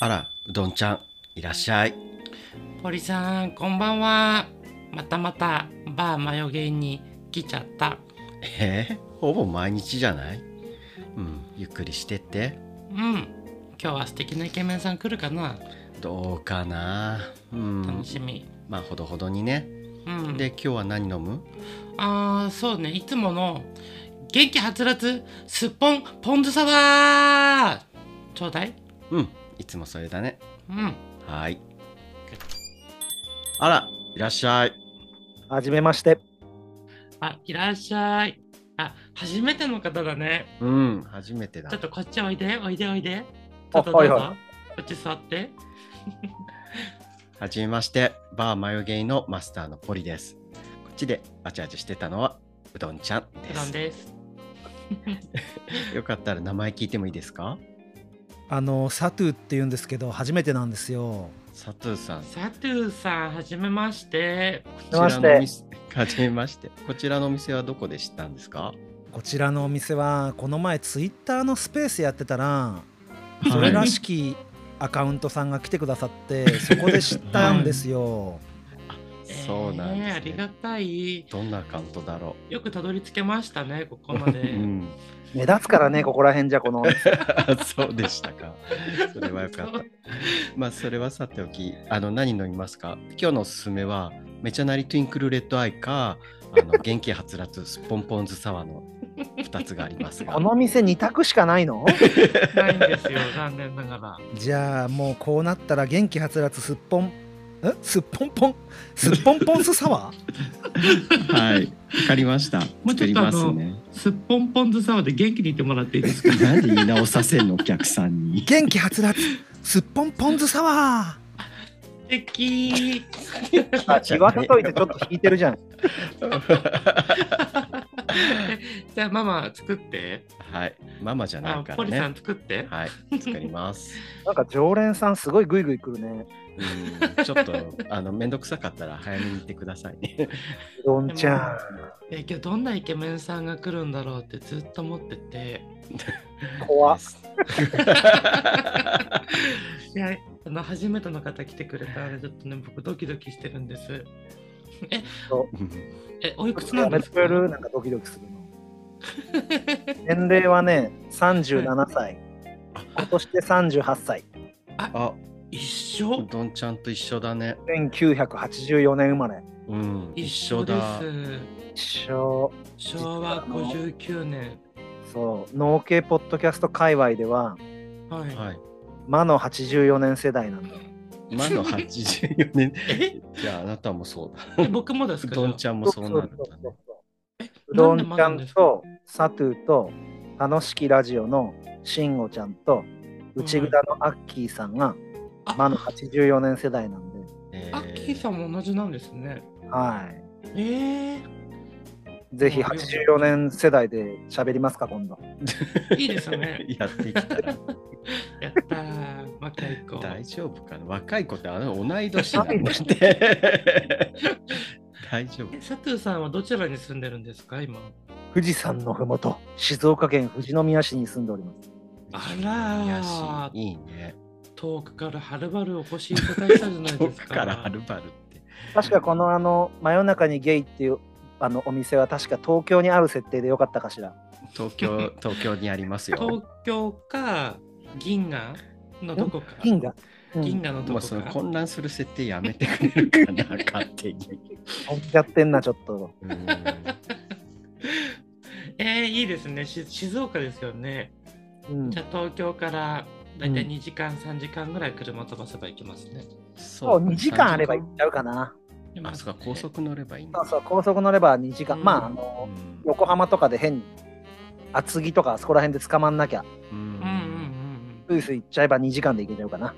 あら、うどんちゃん、いらっしゃい。ポリさんこんばんはまたまたバーマヨゲンに来ちゃったえー、ほぼ毎日じゃないうん、ゆっくりしてって。うん今日は素敵なイケメンさん来るかなどうかなうん楽。しみまあ、ほどほどにね。うんで、今日は何飲むあーそうねいつもの元気はつらつすっぽんポン酢サワーちょうだいうん、いつもそれだね。うんはい。あら、いらっしゃい。はじめまして。あいらっしゃいあ初めての方だねうん、初めてだちょっ。とこっちおいでおいでおいでちょあっとどうぞ、はいはこっち座ってはじめまして、バーマヨゲイのマスターのポリです。こっちであちあちしてたのは、うどんちゃん普で段す。ですよかったら名前聞いてもいいですかあのサトゥって言うんですけど、初めてなんですよ。サトゥーさん。サトゥーさんはじめましてめましこてちらのお店。はじめまして。こちらのお店はどこで知ったんですかこちらのお店はこの前ツイッターのスペースやってたら、いそれらしきアカウントさんが来てくださって、そこで知ったんですよ。そうなんえーあでりす、がね。たいどんなアカウントだろよくたどり着けましたねここまう。で、うん。 目立つからね、ここら辺じゃこの。そうでしたか。 それはよかった。まあそれはさておき、あの何飲みますか今日のおすすめは、めちゃなりトゥインクルレッドアイか、あ の元気はつらつすっぽんぽんずサワーの2つがありますがこ、の店2択しかないのないんで すよ残念ながらじゃあもうこうなったら元気はつらつすっぽん。んすっぽんぽん。すっぽんぽんすサワーはい、わかりました。もうちょっとあの作りますね。すっぽんぽんずさまで元気にいてもらっていいですかなんで言い直させんのお客さん に。元気はつらつすっぽんぽんずサワ素敵ーあ、言わせといてちょっと引いてるじゃん。じゃあママ作って、 はい、ママじゃないあかポらリさんね。作ってはい、作ります。なんか常連さんすごいグイグイ来るね。うんちょっとあの面倒くさかったら早めに行ってくださいね。うどんちゃん。えー今日どんなイケメンさんが来るんだろうってずっと思ってて怖っいやあの初めての方来てくれたらちょっとね僕ドキドキしてるんですえおいくつなやんめでてすくれかるなんかドキドキするの。年齢はね、37歳。今年で38歳。あ、う一緒どんちゃんと一緒だね。 1984年生まれ。うん、一一緒緒でだ。一生、す昭和59年そう、農系ポッドキャスト界隈では、はい、はい。魔の84年世代なんだよ。今の84年。 えじゃああなたもそうだ。え僕もですうかどんちゃゃんもそうなるんだね。うどんちゃんと、サトゥーと、楽しきラジオのしんごちゃんと、内蔵のアッキーさんが、あ魔の84年世代なんで、えアッキーさんも同じなんですねはい。えぜひ84年世代で喋りますか、今度。いいですね やっていきたい。ー、やったー若い子大丈夫かな若い子ってあの同い年なんだ って。大丈夫。えサトゥーさんはどちらに住んでるんですか今富士山のふもと、静岡県富士宮市に住んでおります。あらーいやしいいね。遠くからはるばるお越しいただいたじゃない遠ですくかからはるばるって。確かこのあの真夜中にゲイっていうあのお店は確か東京にある設定でよかったかしら。東 京東京にありますよ。東京か銀河のどこか銀河。うん銀河のどもこうそのか混乱する設定やめてくれるかな勝手に。飛んじゃってんなちょっと。うんえー、いいですねし静岡ですよねうんじゃあ東京からだいたいうん2時間、3時間ぐらい車飛ばせば行きますね。そそう2時間あれば行っちゃうかな。あそうか高速乗ればいいんだそうそう高速乗れば2時間。うんまああのうん横浜とかで変に厚木とかあそこら辺で捕まんなきゃううんうんうんんうん。スイスイ行っちゃえば2時間で行けちゃうかな。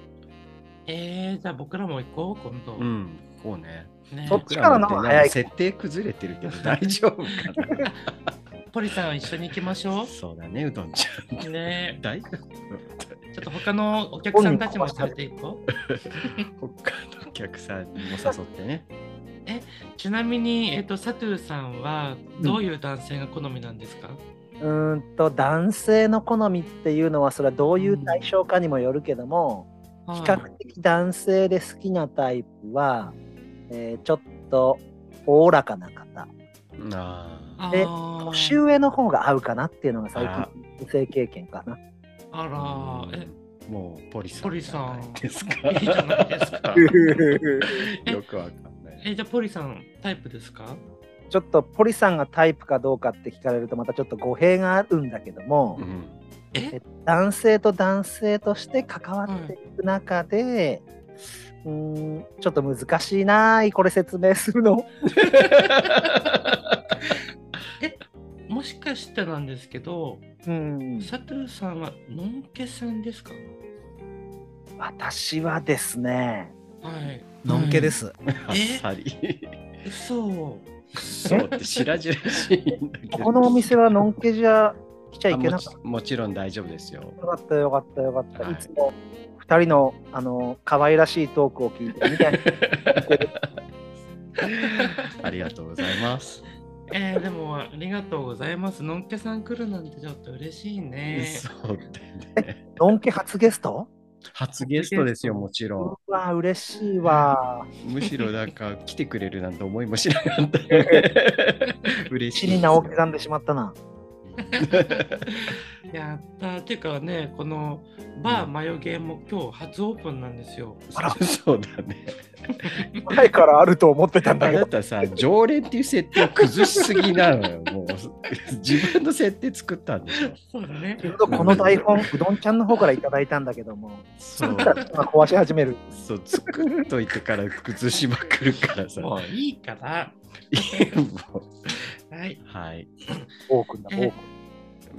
えー、じゃあ僕らも行こう、今度。うんこうね。ねそっちからの方が早い僕らもってなんか設定崩れてるけど大丈夫 かな。ポリさん一緒に行きましょそうだねうどんちゃん。う。ね大丈えちょっと他のお客さんたちも連れて行こう。夫。他のお客さんにも誘ってね。ちなみに、えっと、サトゥーさんはどういう男性が好みなんですか、うーんと男性の好みっていうのはそれはどういう対象かにもよるけども、比較的男性で好きなタイプは、えーちょっとおおらかな方ああでー年上の方が合うかなっていうのが最あ近女性経験か なああらえもうポリさんポリさんじゃないですかいいじゃないですか よくわかんないえじゃあポリさんタイプですかちょっとポリさんがタイプかどうかって聞かれるとまたちょっと語弊があるんだけども、うんえ男性と男性として関わっていく中で、うーんちょっと難しいなーこれ説明するのもしかしてなんですけどうんサトゥさんはのんけさんですか私はですねはいのんけです、あっさり嘘そうって白々しいんだけどここのお店はのんけじゃ来ちゃいけなかったあもちもちろん大丈夫です よよかったよかったよかった、はいい、つも2人のあの可愛らしいトークを聞いてみたいなありがとうございます。えー、でもありがとうございますのんけさん来るなんてちょっと嬉しいねそうだよね。のんけ初ゲスト初ゲストですよ、もちろうわ嬉しいわん。むしろなんか来てくれるなんて思いもしなか ったよね。嬉しい地ですよ。に名を刻んでしまったなやったっていうかねこのバーマヨゲーも今日初オープンなんですよ。あらそうだね。前からあると思ってたんだあけなどたさ、常連っていう設定を崩しすぎなのよ。もう自分の設定作ったんでし ょ。そうだね。この台本うどんちゃんの方からいただいたんだけどもそう、まあ壊し始めるそう作っといてから崩しまくるからさ。もういいから。もうはい。はい。多くんだえ多く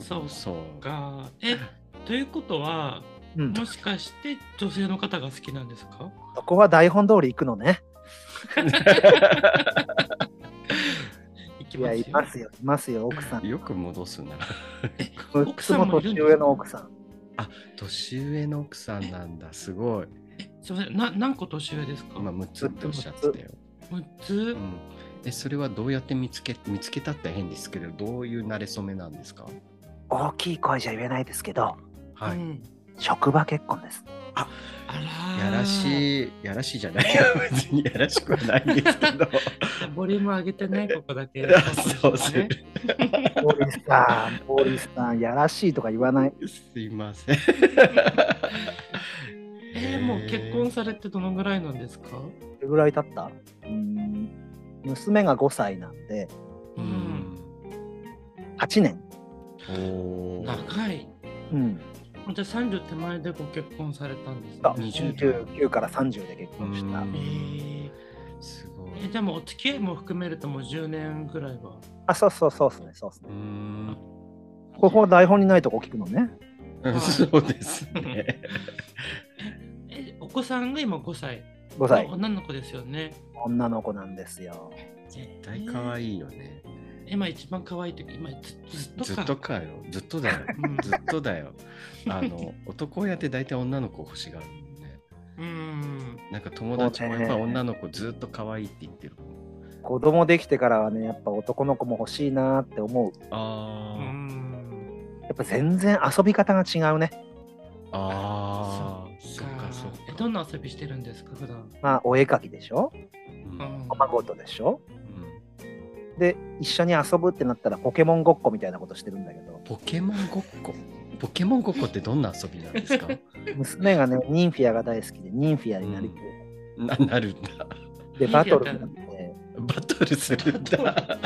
そうそう。がえということはうん、もしかして女性の方が好きなんですか？そこは台本通り行くのねいきいまやすいよ。ますよいますよ奥さんよく戻すな。 6つも年上の奥さん年上の奥さんなんだ。すごい。すみません。な何個年上ですか？今6つっておっしゃってたよ。六つう。ん、えそれはどうやって見つけ見つけたって変ですけど、どういう馴れ初めなんですか大きい声じゃ言えないですけどはい、うん職場結婚ですあら。やらい。しい、やらしいじゃないよ。別にやらしくはないんですけ ど。ボリューム上げてね ここだけ。あそうする。ポリスさ ん、ポリスさん、やらしいとか言わない。すいません。えー、もう結婚されてどのぐらいなんですか？どれぐらい経ったうーん娘が5歳なんで、う。ん。 8年。おお。長い。うん。じゃあ30手前でご結婚されたんですね。 20 29から30で結婚した。うんえーすごい。えじゃあもうお付き合いも含めるともう10年ぐらいは。あ、そうそうそうですね、そうですねう。ん。ここは台本にないとこ聞くのね。うんそうですね。えお子さんが今5歳。 5歳。女の子ですよね。女の子なんですよ。 絶対可愛いよね。えー今一番可愛い時、今ずずっとか。ずっとかよ。ずっとだよ。 うんずっとだよ。あの男親って大体女の子を欲しがるもんね。うん。なんか友達もそやうねっぱ女の子ずっと可愛いって言ってるもん。子供できてからはね、やっぱ男の子も欲しいなーって思う。うあん。やっぱ全然遊び方が違うね。あ、ああ、そそっっかかそっえか。どんな遊びしてるんですか普段。まあ、お絵描きでしょうんおまごとでしょうんで、一緒に遊ぶってなったらポケモンごっこみたいなことしてるんだけど。ポケモンごっこ。ポケモンごっこってどんな遊びなん ですか娘がね、ニンフィアが大好きで、ニンフィアになりきる。ななるんだ。ニで、ンフィアバトルになって、バトルするんだ。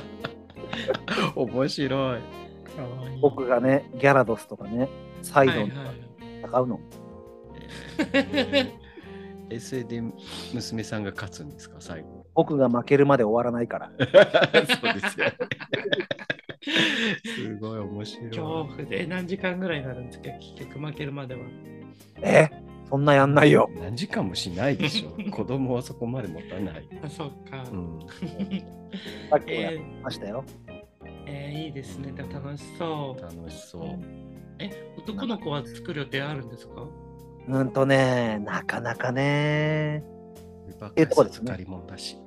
面白い。可愛い僕がね、ギャラドスとかね、サイドンとはいはかい戦うの。え ーえ、それで娘さんが勝つんですか最後。 僕が負けるまで終わらないから。 そうですよね。 すごい面白恐怖でえ何時間ぐらいになるんですか結局負けるまでは。えそんなやんないよ。い。何時間もしないでし ょ。子供はそこまで持たない。あそうか。うん、さっきもやえりーましたよ。えーいいですね。でも楽しそう。楽しそう。え、男の子は作る予定あるんですか。うんとね、なかなかね、ばっえそかうですねりかりもんだし。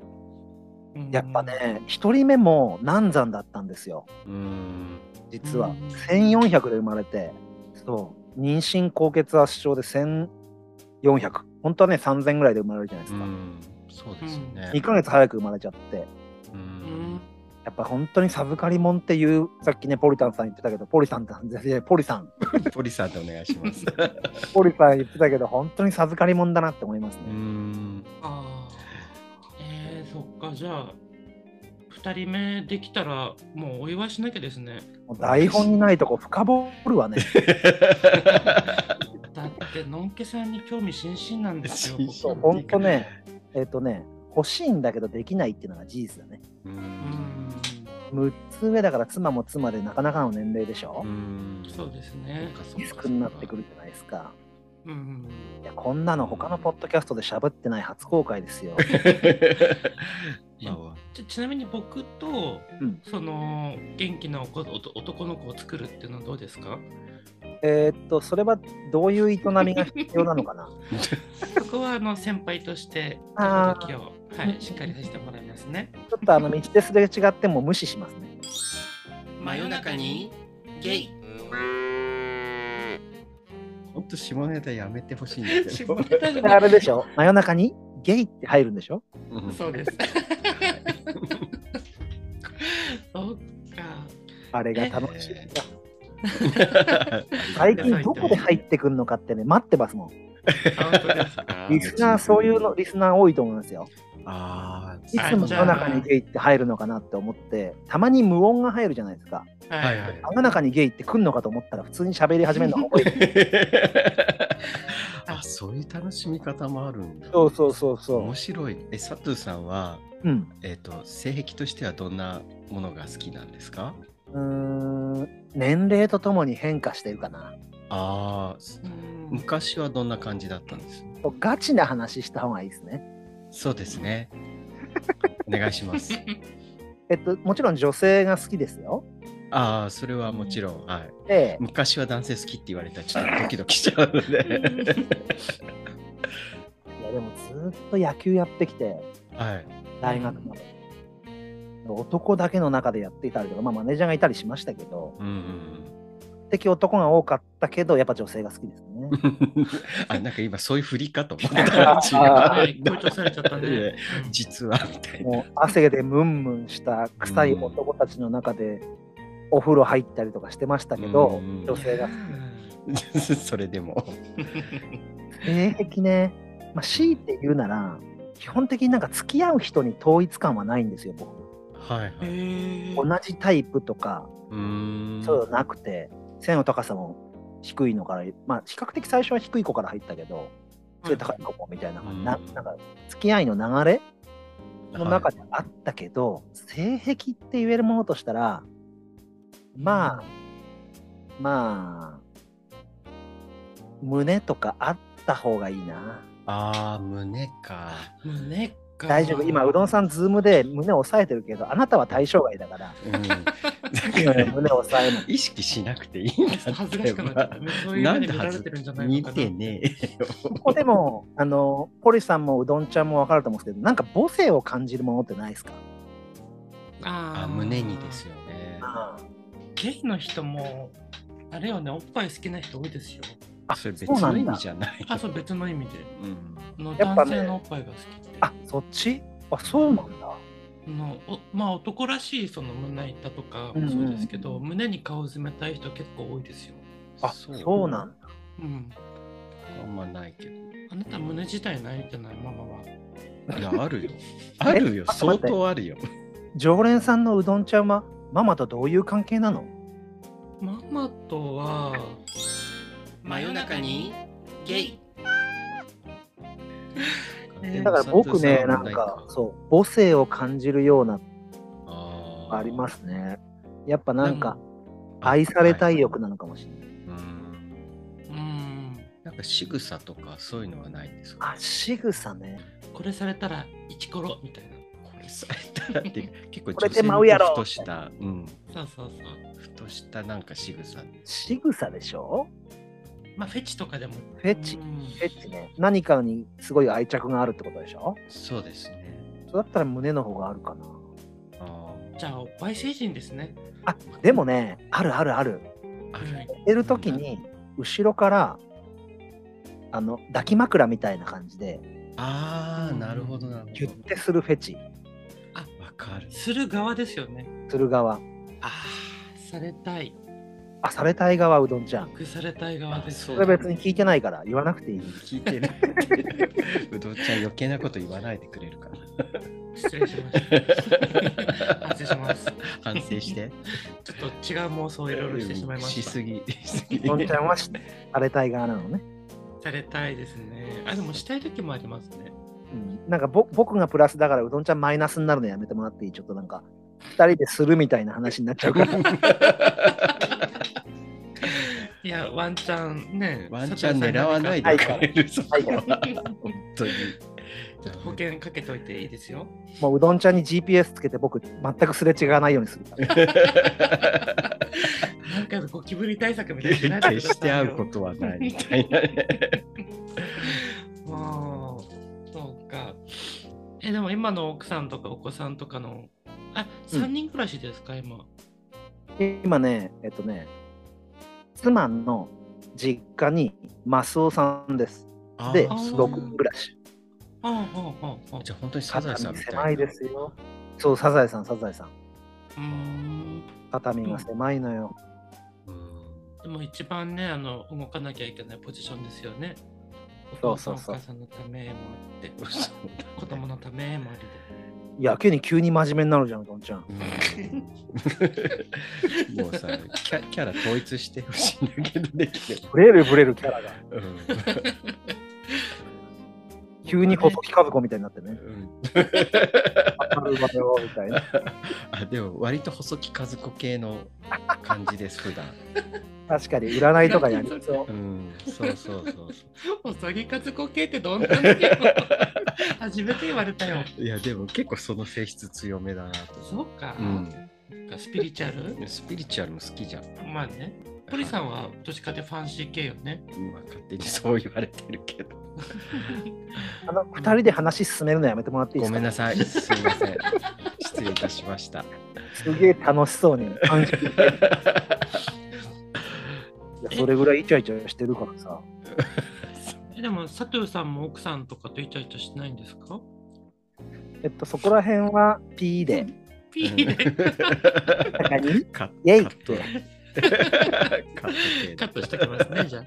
やっぱ。ね、一人目も難産だったんですよ、うん。実は。うん1400で生まれて、そう、妊娠高血圧症で400本当はね3000ぐらいで生まれるじゃないでうすか、ん、そうですよね。 2ヶ月早く生まれちゃってううんん、やっぱ本当にサブカリモンっていうさっきねポリタンさん言ってたけどポリさんっていやポリさんポリさんでお願いします。ポリさん言ってたけど本当にサブカリモンだなって思いますうね、ん、あーえー、そっかじゃあ2人目できたらもうお祝いしなきゃですねもう台本にないとこ深掘るわねだってのんけさんに興味津々なんですよ心身そうここ本当ねえっ、とね欲しいんだけどできないっていうのが事実だねう、うんん6つ上だから妻も妻でなかなかの年齢でしょ、うん、そうですねそうかそうかリスクになってくるじゃないですかうんいやこんなの他のポッドキャストで喋ってない初公開ですよ まあまあちちなみに僕と、うんその元気なおこおと男の子を作るっていうのはどうですかえーっとそれはどういう営みが必要なのかな そこはあの先輩としてあー時を、はい、しっかりさせてもらいますねちょっとあの道ですれ違っても無視しますね真夜中にゲ イ本当下ネタやめてほしいんだけ下どネ。タじゃでなあいれで しょ真夜中にゲイって入るんでしょうんそうです そっかあれが楽しいえ最近どこで入ってくるのかってね待ってますもん本当ですかリスナーそういうのリスナー多いと思いますよあいつも真夜中にゲイって入るのかなって思ってたまに無音が入るじゃないですかあ、ははいいはい真夜中にゲイって来んのかと思ったら普通に喋り始めるのが多いあ、そういう楽しみ方もあるんだ。 そうそうそうそ面白い。え、佐藤さんは、ううんえっ、と、性癖としてはどんなものが好きなんですか。うーん年齢とともに変化してるかなああ、うん昔はどんな感じだったんです。ガチな話した方がいいですねそうですね。お願いします。 えっともちろん女性が好きですよああ、それはもちろん、はい。で昔は男性好きって言われたら、ちょっとドキドキしちゃうの で。いやでもずっと野球やってきてはい。大学まで、男だけの中でやっていたりとか、まあ、マネージャーがいたりしましたけどうんうん比較的男が多かったけどやっぱ女性が好きですねうん。あ、なんか今そういう振りかと思 った。は違い強調されちゃったね、いえうんう。 実はみたいな。もう汗でムンムンした臭い男たちの中でお風呂入ったりとかしてましたけど、うん女性がそれでも。性癖ね、まあ、強いて言うなら基本的になんか付き合う人に統一感はないんですよ僕はいはへい。ー同じタイプとかうーん。そういうのなくて背の高さも低いのからまあ比較的最初は低い子から入ったけど背高い子もみたいな,、うんななんか付き合いの流れの中はいであったけど、性癖って言えるものとしたらまあまあ胸とかあった方がいいなああ、胸か。胸か大丈夫今うどんさんズームで胸を押さえてるけどあなたは対象外だから うん。だから胸を押さえない意識しなくていいんだって。恥ずかしくなっち ゃった。そういうな目んでで見られ恥てるんじゃずないの見かな。てねえよ。ここで もあのポリさんもうどんちゃんも分かると思うんですけどなんか母性を感じるものってないですかああ、ー胸にですよね。ゲイの人も、あれよね、おっぱい好きな人多いですよ。それ別そうなのん意だ味じゃない。あ、そう、別の意味で。うん。のやっぱ男ね性のおっぱいが好きって。あそっちあそうなんだのおまあ、男らしいその胸板とかうんうもんそうですけど、胸に顔詰めたい人結構多いですよ。あそうなんだうん。あんまないけど。あなた胸自体ないじゃない、ママは。いや、あるよ。あるよ。えちょ相っと待って当あるよ。常連さんのうどんちゃんはママとどういう関係なのママとは、真夜中にゲイ。えーだから僕ねなんかそう母性を感じるようなあーありますねやっぱなんかあ愛されたいは欲なのかもしれない、いうんうん。なんか仕草とかそういうのはないんです かあ仕草ねこれされたら、イチコロみたいな。これされたらって結構こ女れで性舞うやろのふとした、うん、そうそうそう。ふとしたなんか仕草仕草でしょまあ、フェチとかでも。フェチうんフェチね何かにすごい愛着があるってことでしょそうですねそうだったら胸の方があるかなあじゃあ、おっぱい成人ですね。あでもねあるあるあるーある寝てる時に後ろからあの抱き枕みたいな感じでああ、なるほどなるほギュッてするフェチど。わかる。する側ですよねする側ああされたいあされたい側うどんちゃん僕されたい側ですあそれ別に聞いてないから言わなくていい聞いてる。 うどんちゃん余計なこと言わないでくれるから。失礼し ました反省します反省して。ちょっと違う妄想をいろいろしてしまいまししすたぎ。しすぎうどんちゃんはしされたい側なのね、されたいですねあでもしたい時もありますねうん、なんかぼ僕がプラスだからうどんちゃんマイナスになるのやめてもらっていいちょっとなんか2人でするみたいな話になっちゃうから いやワンチャンねワンチャン狙わないでくれる。そこは本当に。ちょっと保険かけといていいですよ。もううどんちゃんに GPS つけて僕全くすれ違わないようにするからなんかゴキブリ対策みたいなのしないでく決ださいよして会 うことはないみたいなね。もう、そうか。え、でも今の奥さんとかお子さんとかの、あ、うん3人暮らしですか、今。今ねえっとね妻の実家にマスオさんですであーそう6人暮らしああ、ああ、ああ。じゃあ本当にサザエさん畳みたいな。狭いですよそうサザエさんサザエさんうーん。畳が狭いのよ、うんでも一番ね、あの、動かなきゃいけないポジションですよね。おそ父さん、おうそうそう母さんのためもあって、そう子供のためもありで。やけに急に真面目になるじゃんうどんちゃんうんもうさキャ、キャラ統一してほしいんだけどできてブレるブレるキャラがも、うん急に細木和子みたいになって ねうん当たる場よみたいなあでも割と細木和子系の感じです普段、確かに占いとかやりそううん、そうそうそうそおさぎかつこ系ってどんなんだよ。初めて言われたよ。ういやでも結構その性質強めだなとそうか。うんなんかスピリチュアルスピリチュアルも好きじゃん、まあね。ポリさんはどっちかってファンシー系よね。まあ、勝手にそう言われてるけどあの2人で話進めるのやめてもらっていいでごすめかんなさいすいません失礼いたしました すげえ楽しそうに感じてるいやそれぐらいイチャイチャしてるからさえでも佐藤さんも奥さんとかとイチャイチャしないんですかえっとそこら辺は P でピーで中に カッイェイカットカット系カットしてきますね、じゃあ。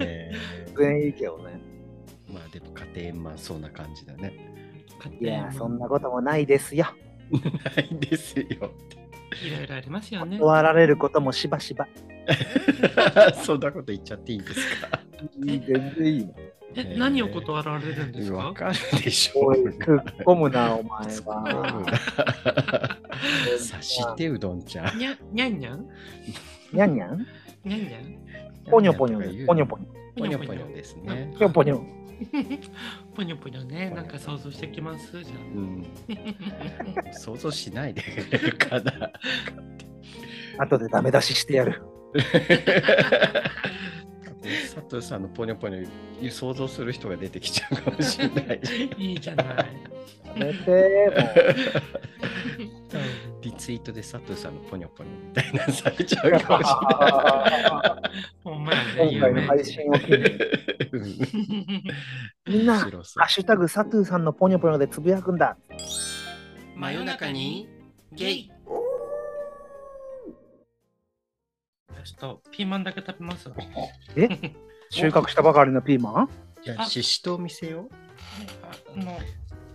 え全員いいけどねーまあでも家庭円満そうな感じだね。勝い手にやそんなこともないですよないですよ。いろいろありますよね。断られることもしばしば そんなこと言っちゃっていいんですか。いい全然いいのえ、何を断られるんですわかかるでしょおうい。突っ込むなお突前っ込むはな察してうどんちゃん。にゃにゃんにゃんにゃんにゃんにゃんにゃんポニョポニョとか言うのでポニョポニョポニョポニョですね。ポニョポニョポニョポニョね、なんか想像してきますじゃうん、あ。 想像しないでくれるかな。後でダメ出ししてやる佐藤さんのポニョポニョ想像する人が出てきちゃうかもしれない。いいじゃない。やめてリツイートで佐藤さんのポニョポニョみたいなのされ ちゃうもうかもしれない。ほんまやね、今回の有名配信を機にうんみんな面白そうハッシュタグサトゥーさんのポニョポニョでつぶやくんだ真夜中にゲイちょっとピーマンだけ食べます収穫したばかりのピーマンいや、あししとう見せよあの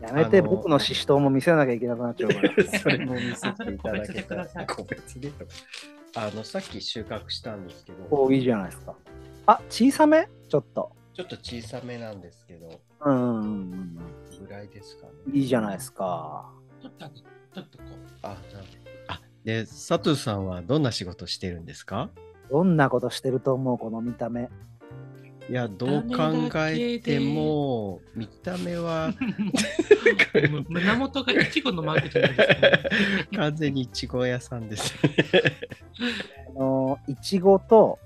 やめて、あのー僕のししとうも見せなきゃいけなくなっちゃうから。う。 それも見せていただあけそれ個別でたくらださい。個別で。あの、さっき収穫したんですけど、こういいじゃないですか。あ、小さめちょっと。ちょっと小さめなんですけど、うんうんうんぐらいですかね。うん。いいじゃないですか。取った取っとこうあ、なんで。あ、で、佐藤さんはどんな仕事してるんですかどんなことしてると思う、この見た目。いや、どう考えても、見た目はむ胸元がイチゴのマークじゃないですか、ね。 完全にいちご屋さんです。あのー、いちごと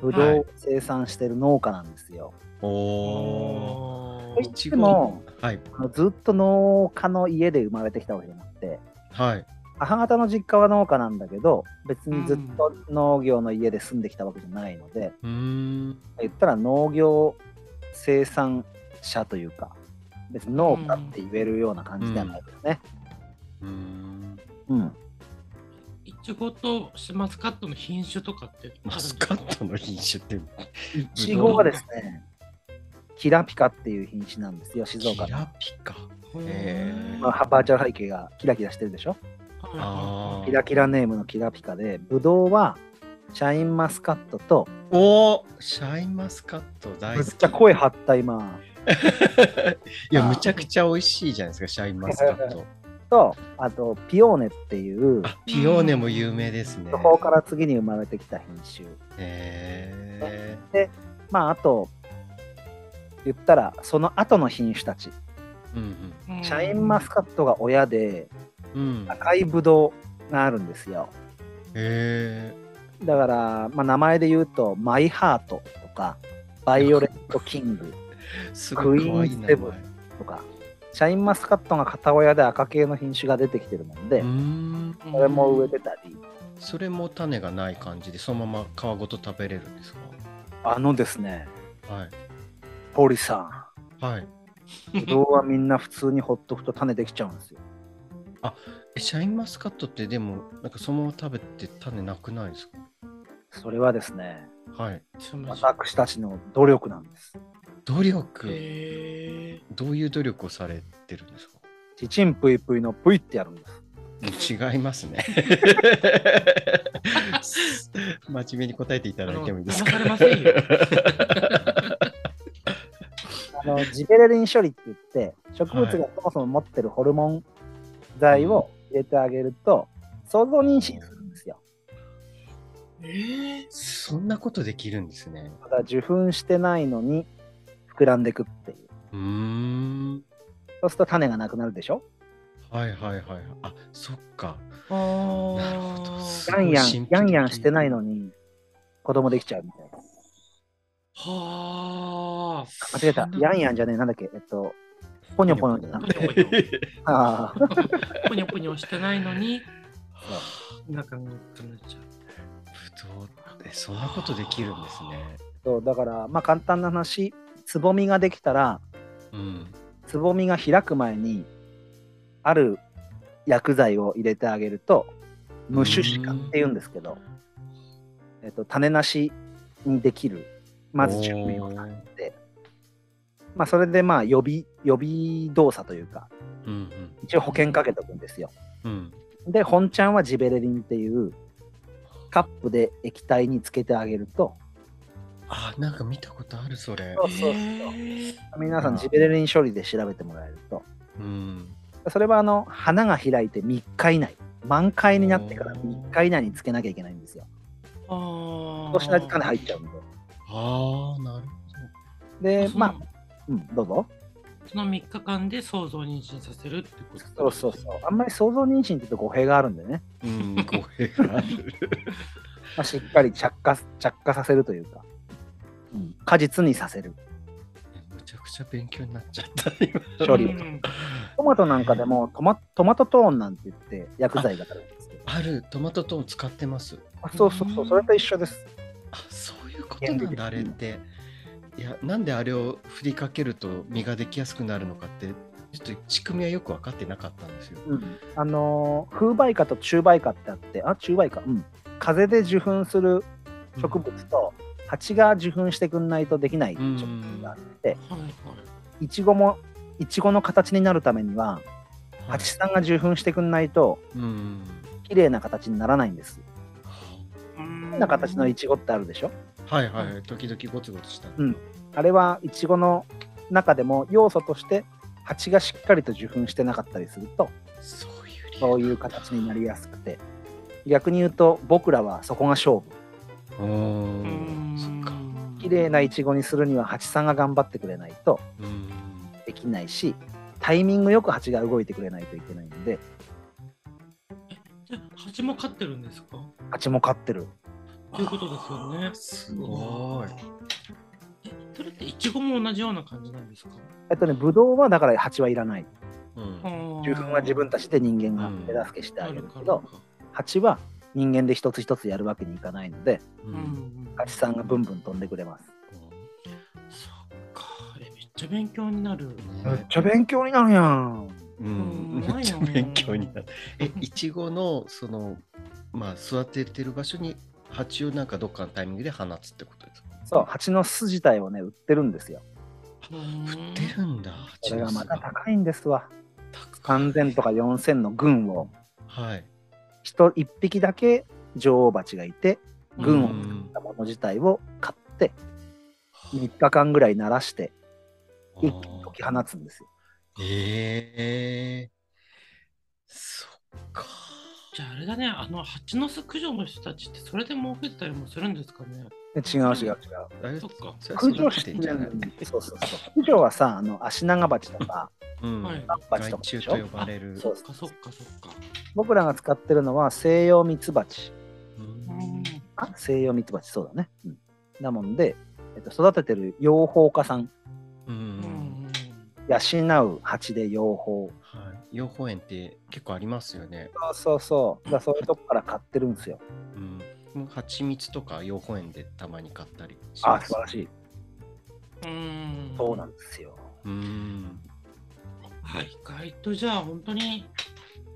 ぶどうを生産してる農家なんですよ。おー。おとーいっても、はい。あのずっと農家の家で生まれてきたわけじゃなくて、はい。母方の実家は農家なんだけど、別にずっと農業の家で住んできたわけじゃないので、うーん。言ったら農業生産者というか、別に農家って言えるような感じではないですね。うーんうん。いちごとマスカットの品種とかってマスカットの品種っていちごはですね、キラピカっていう品種なんですよ、静キ岡の。ラピカ。トへーまあ、バーチャル背景がキラキラしてるでしょあーキラキラネームのキラピカで、ブドウはシャインマスカットと、おおシャインマスカット大好めっき。 ちゃ声張った今、いや、むちゃくちゃ美味しいじゃないですか、シャインマスカッ ト。と、あと、ピオーネっていう、あ、ピオーネも有名ですね。そこから次に生まれてきた品種。へまあ、あと、言ったら、その後の品種たち。ーうんシャインマスカットが親で、うん。うん。赤いブドウがあるんですよ。へだから、まあ、名前で言うと、マイハートとか、バイオレットキングーすごい可愛い名前。クイーンセブンとか、シャインマスカットが片親で赤系の品種が出てきてるもんでうー、ん。それも植えてたり、それも種がない感じで、そのまま皮ごと食べれるんですあのですね、かはい。堀さはい。 ん、ブドウはみんな普通にほっとくと種できちゃうんですよ。えシャインマスカットってでも、なんかそのまま食べて種なくないですそれはですね、かはい。私たちの努力なんです。努力、へどういう努力をされてるんですかちちんぷいぷいのぷいってやるんです。違いますね。真面目に答えていただいてもいいですかあの騙されませんよあのジベレリン処理って言って、植物がそもそも持ってるホルモン剤を入れてあげると、想像妊娠するんですよ。えそんなことできるんですね。ただ受粉してないのに膨らんでくっていう。うーん。そうすると種がなくなるでしょはいはいはいはい。あそっか。あーなるほどすヤンヤすごい神秘ン、的ヤンヤンしてないのに子供できちゃうみたいな。はあ間違えた。ヤンヤンじゃねえ、なんだっけ、えっと、ポニョポニョじゃなくて。 ああ、ぷにょぷにょしてないのに中がなくなっちゃぶうどうってそんなことできるんですね。そう、だから、まあ簡単な話、つぼみができたら、うん。つぼみが開く前に、ある薬剤を入れてあげると、無種子化って言うんですけど、えっと、種なしにできる、まず準備をされて、まあ、それでまあ予備、予備動作というか、うん一応保険かけておくんですよ。うんうん。で、本ちゃんはジベレリンっていう、カップで液体につけてあげると、あなんか見たことあるそれ。そうそうそう。へ皆さうんんジベレリン処理で調べてもらえると、うん。それはあの、花が開いて3日以内、満開になってから3日以内につけなきゃいけないんですよ。ーあそうしないと種入っちゃううんああなるで。で、ままああ、うん、どうぞ。その3日間で想像妊娠させるってことそうそうそう。あんまり想像妊娠って言うと語弊があるんでね、ほど。うん。語弊がある。まあ、しっかり着火着火させるというか、うん、果実にさせる。むちゃくちゃ勉強になっちゃった今。処理をんトマトなんかでもトマトマトトーンなんて言って薬剤があるんですけど、あるトマトトーン使ってます。あそうそうそう、それと一緒です。あそういうことなんだあ原れっ理て。いやなんであれを振りかけると実ができやすくなるのかってちょっと仕組みはよく分かってなかったんですよ。うん、あのー風媒花と中媒花ってあって、あ、中媒花、うん。風で受粉する植物と、蜂が受粉してくんないとできない植物があって、はいはいいちごも、いちごの形になるためには、蜂さんが受粉してくんないと、うん。綺麗な形にならないんです。う綺ん麗な形のいちごってあるでしょはいはい、時々ゴツゴツした。うんあれはいちごの中でも要素として、蜂がしっかりと受粉してなかったりすると、そういう理由そういう形になりやすくて、逆に言うと、僕らはそこが勝負。う。うんんそっか。綺麗なイチゴにするには蜂さんが頑張ってくれないとうん。できないしタイミングよく蜂が動いてくれないといけないんでじゃあ蜂も飼ってるんですか蜂も飼ってるということですよねあーすごい。えそれってイチゴも同じような感じなんですかえっとねブドウはだから蜂はいらないうん。受受粉は自分たちで人間が手助けしてあげるけど、蜂は人間で一つ一つやるわけにいかないのでう。うんん、蜂さんがブンブン飛んでくれますそっかっちゃ勉強になる。めっちゃ勉強になるやん。うん、うんめっちゃ勉強になる。え、いちごのそのまあ育ててる場所に蜂をなんかどっかのタイミングで放つってことですか。そう、蜂の巣自体をね、売ってるんですよ。振ってるんだ。こ蜂れのが巣また高いんですわ。高い3000とか4000の群を、はい。人1匹だけ女王蜂がいて、群をう作んったもの自体を買って、3日間ぐらい鳴らして、一気に解き放つんですよ。ええそっか。じゃああれだね、あの蜂の巣駆除の人たちってそれで儲けてたりもするんですかね。で違う違う違う。あれそっかそれは駆除育しててんじゃない。そうそうそう。駆除はさ、あの、足長鉢とか、うん。はい。バ害チとかで虫しとょ呼ばれる。そうそっかそっかそっか。僕らが使ってるのは西洋ミツバチ。うんあ西洋ミツバチ、そうだね。うん。なもんで、えっと、育ててる養蜂家さん、ううんん。養う蜂で養蜂。はい。養蜂園って結構ありますよね。そうそうそう。だからそういうとこから買ってるんですよ。うん。蜂蜜とか養蜂園でたまに買ったりしあまー、素す。晴らしい。うん。そうなんですよ。うん。はい、意外とじゃあ本当に、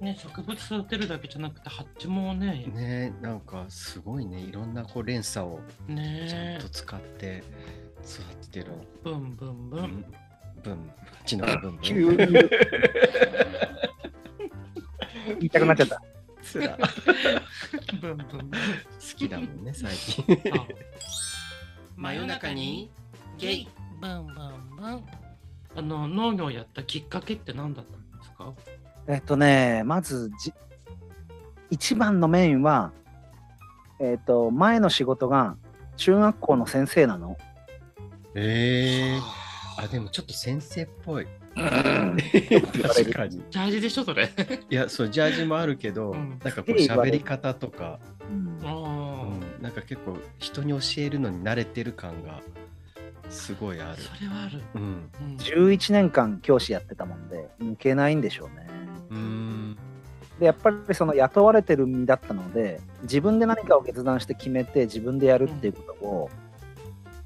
ね、植物育てるだけじゃなくて蜂もねねえなんかすごいねいろんなこう連鎖をちゃねんと使って育ててる、ブンブンブうンん、分知能の 分急に分言いたくなっちゃった。つらブ ンブンブン好きだもんね最近そう真夜中にゲイブンブンブンあの農業やったきっかけって何だったんですか えっとね、まずじ、一番のメインは、えっと、前の仕事が中学校の先生な の。えー、あでもちょっと先生っぽい確かに 大事でし ょそれいやそうジャージもあるけど、うんなんかこう喋り方とか、うんあーうん、なんか結構人に教えるのに慣れてる感がすごいあるそれはある、うんうん11年間教師やってたもんで、抜けないんでしょうね。うーんで、やっぱりその雇われてる身だったので、自分で何かを決断して決めて、自分でやるっていうことを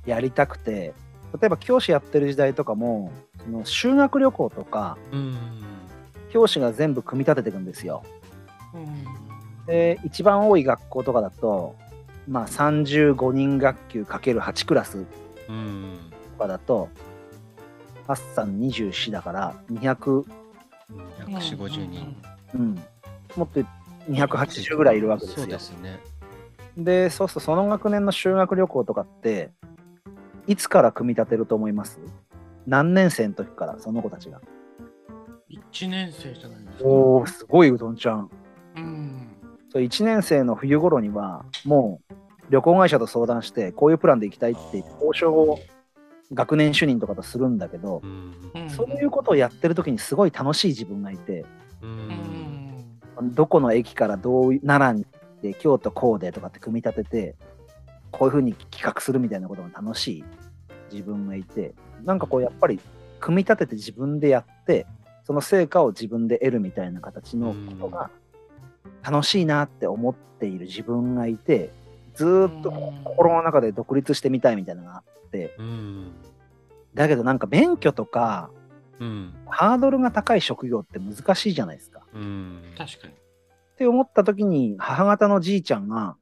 やりたくて、例えば教師やってる時代とかも、その修学旅行とか、うん教師が全部組み立てていくんですよ。うんで一番多い学校とかだと、まあ、35人学級 ×8 クラスうんとかだとハッサン24だから200、 1 4 5 0人うん、もっと280ぐらいいるわけですそよ。うですね。でそうするとその学年の修学旅行とかっていつから組み立てると思います何年生の時からその子たちが。 1年生じゃないですかおーすごいうどんちゃん。うんそう1年生の冬頃にはもう旅行会社と相談してこういうプランで行きたいって交渉を学年主任とかとするんだけどうんんそういうことをやってる時にすごい楽しい自分がいてううんんどこの駅からどうい奈良に行って京都こうでとかって組み立ててこういうふうに企画するみたいなことが楽しい自分がいてなんかこうやっぱり組み立てて自分でやってその成果を自分で得るみたいな形のことが楽しいなって思っている自分がいてずーっと心の中で独立してみたいみたいなのがあってうんだけどなんか免許とかうんハードルが高い職業って難しいじゃないですか。うん確かにって思った時に母方のじいちゃんが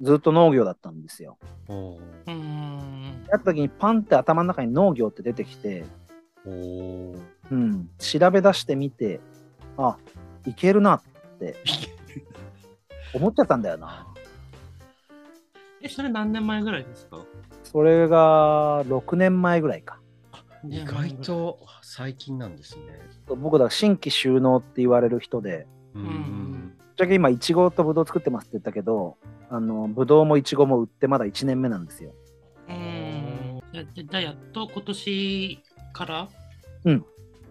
ずっと農業だったんですよ。おーうんやった時にパンって頭の中に農業って出てきて、おーうん、調べ出してみてあいけるなって思っちゃったんだよな。えそれ何年前ぐらいですかそれが6年前ぐらいか。意外と最近なんですね。僕だから新規収納って言われる人でうんんぶっちゃけ今いちごとぶどう作ってますって言ったけどあのぶどうもいちごも売ってまだ1年目なんですようんやってたやっと今年からうん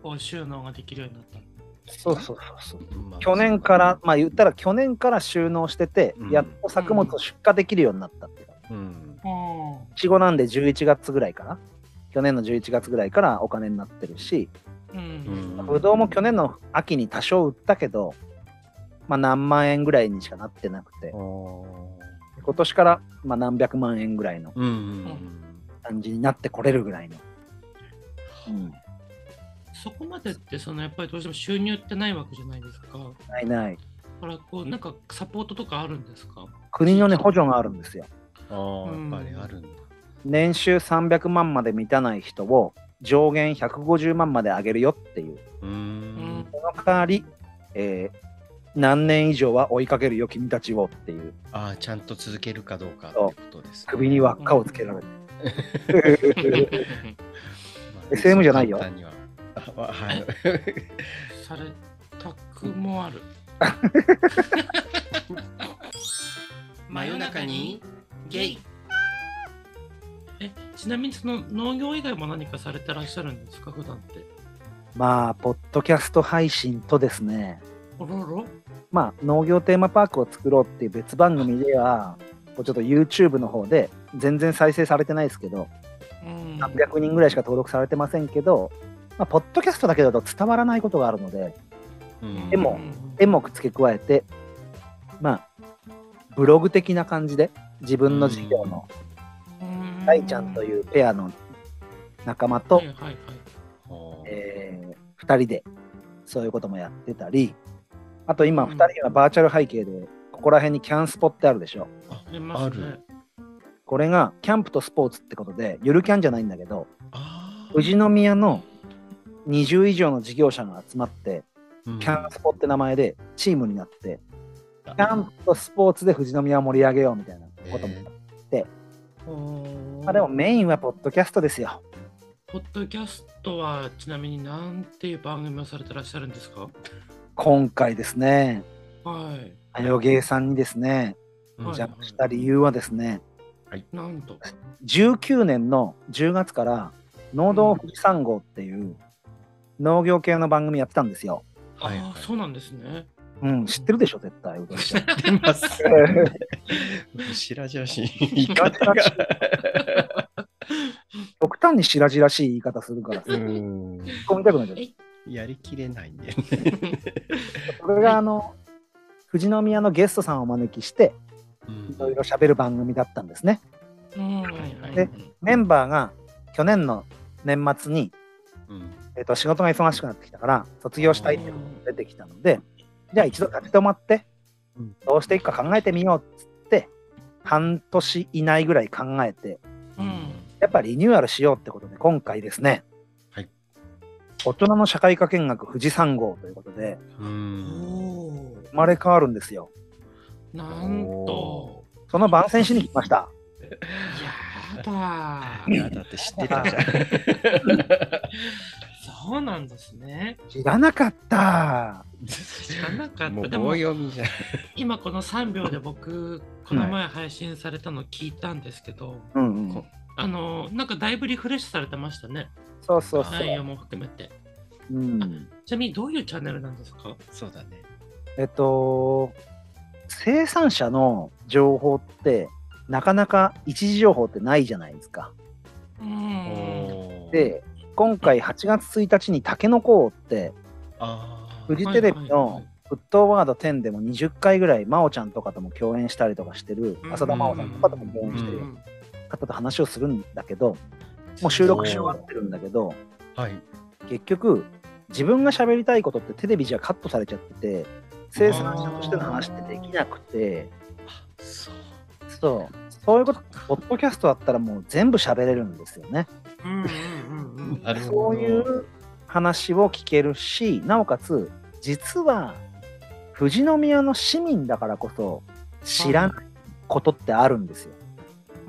こう収納ができるようになったそうそうそうそううん去年からまあ言ったら去年から収納してて、うんやっと作物を出荷できるようになったっていうかうんのいちごなんで11月ぐらいかな去年の11月ぐらいからお金になってるしうんうんうんぶどうも去年の秋に多少売ったけどまあ何万円ぐらいにしかなってなくておー今年からまあ何百万円ぐらいのうんうん感じになってこれるぐらいのうんそこまでってそのやっぱりどうしても収入ってないわけじゃないですか。だないない。からこうなんかサポートとかあるんですか。国のね、補助があるんですよ。ああ、うんやっぱりあるんだ。年収300万まで満たない人を上限150万まで上げるよっていう。うーうんん。その代わり、えー何年以上は追いかけるよ、君たちをっていう。ああ、ちゃんと続けるかどうかってことです、ね。首に輪っかをつけられる。まあ SM じゃないよ簡単にはあわはい。 されたくも ある。真夜中にゲイ。えちなみにその農業以外も何かされてらっしゃるんですか普段って。まあ、ポッドキャスト配信とですね、おろろ。まあ、農業テーマパークを作ろうっていう別番組では、こうちょっと YouTube の方で、全然再生されてないですけど、うん。 300人ぐらいしか登録されてませんけど、まあ、ポッドキャストだけだと伝わらないことがあるので、うんでも絵も付け加えて、まあ、ブログ的な感じで、自分の事業の、うん、大ちゃんというペアの仲間はとい、はいはい。ほうえー、2人でそういうこともやってたりあと今うん2人はバーチャル背景でここら辺にキャンスポってあるでしょありますねある。これがキャンプとスポーツってことでゆるキャンじゃないんだけどあ富士宮の20以上の事業者が集まってーキャンスポって名前でチームになってうんキャンプとスポーツで富士宮を盛り上げようみたいなことも、えまあ、でもメインはポッドキャストですよポッドキャストはちなみに何ていう番組をされてらっしゃるんですか今回ですねはい。あよゲーさんにですねうん邪魔した理由はですねなんと。 19年の10月から農道富士山号っていう農業系の番組やってたんですよ。はいはいああ、そうなんですね。うん、知ってるでしょ、絶対。知ってます。 白々しい言い方が。極端に白々しい言い方するからさ、う突っん。込みたくなっちゃう。やりきれないね。それがあの、富士宮のゲストさんをお招きして、うんいろいろ喋る番組だったんですね。うん。はいはいでメンバーが去年の年末に、うんえっと仕事が忙しくなってきたから、卒業したいって出てきたので、じゃあ一度立ち止まってうん、どうしていくか考えてみようっつって、半年以内ぐらい考えて、うん。やっぱリニューアルしようってことで、今回ですね、はい大人の社会科見学富士山号ということで、うんおお。生まれ変わるんですよ。なんと。おその番宣しに来ました。やだーいー。やだって知ってたじゃん。そうなんですね。知らなかった。知らなか っもた。うでも棒読みじゃん。今この3秒で僕この前配信されたの聞いたんですけど、うんうんこあのなんかだいぶリフレッシュされてましたね。そうそうそ内う。容も含めて。うん、ちなみにどういうチャンネルなんですかそうだね。えっと、生産者の情報って、なかなか一時情報ってないじゃないですか。うおー、で、今回8月1日にタケノコ王って、あフージテレビの「フットワード10」でも20回ぐらい真央ちゃんとかとも共演したりとかしてるうん浅田真央さんとかとも共演してうるん方と話をするんだけどもう収録し終わってるんだけどはい。結局自分が喋りたいことってテレビじゃカットされちゃってて生産者としての話ってできなくてあそう。そうそういうことポッドキャストだったらもう全部喋れるんですよね。うんうんうんうんなるほど。そういう話を聞けるし、なおかつ、実は、富士宮の市民だからこそ、知らないことってあるんですよ。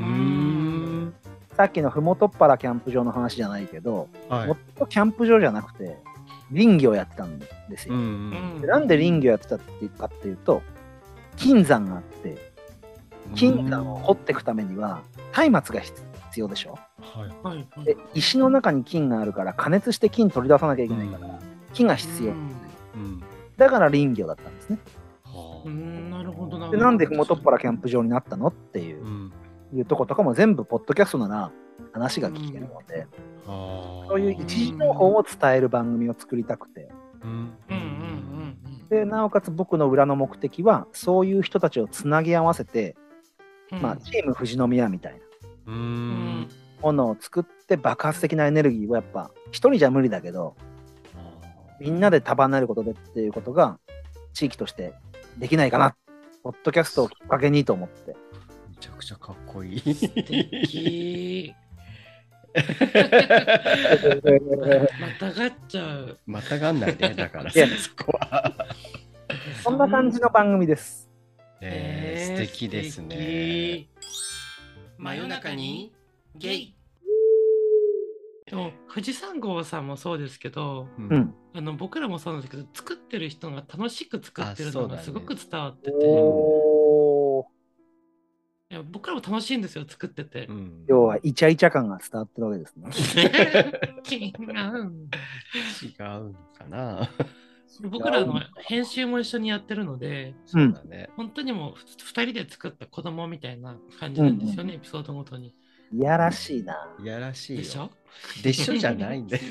うーん。さっきのふもとっぱらキャンプ場の話じゃないけど、はいもっ。とキャンプ場じゃなくて、林業やってたんですうよ。んうん。うでなんで林業やってたっていうかっていうと、金山があって、金山を掘っていくためには、松明が必要でしょ。はい。はいはいで、石の中に金があるから、加熱して金取り出さなきゃいけないから、木が必要。うんうん。だから林業だったんですね。はうあんなるほどなでなんでふもとっぱらキャンプ場になったのっていうう,、ん。いうとことかも全部ポッドキャストなら話が聞けるので、はあそういう一時情報を伝える番組を作りたくてうんうんうんうんでなおかつ僕の裏の目的はそういう人たちをつなぎ合わせて、うんまあ、チーム富士宮みたいなううんん。ものを作って爆発的なエネルギーをやっぱ一人じゃ無理だけどみんなで束ねることでっていうことが地域としてできないかなポッドキャストをきっかけにと思ってめちゃくちゃかっこいい。敵またがっちゃう またがんないね、だからいやそこは。そんな感じの番組ですえー素敵ですね。真夜中にゲイでも富士山号さんもそうですけどうんあの僕らもそうなんですけど作ってる人が楽しく作ってるあそのうだがねすごく伝わってて、おーいや僕らも楽しいんですよ作っててう。ん要はイチャイチャ感が伝わってるわけですね違う違うのかな。僕らの編集も一緒にやってるのでうんだね。本当にもう2人で作った子供みたいな感じなんですよね、エピソードごとに。いやらしいないやらしいよ。でしょでしょじゃないんだよ。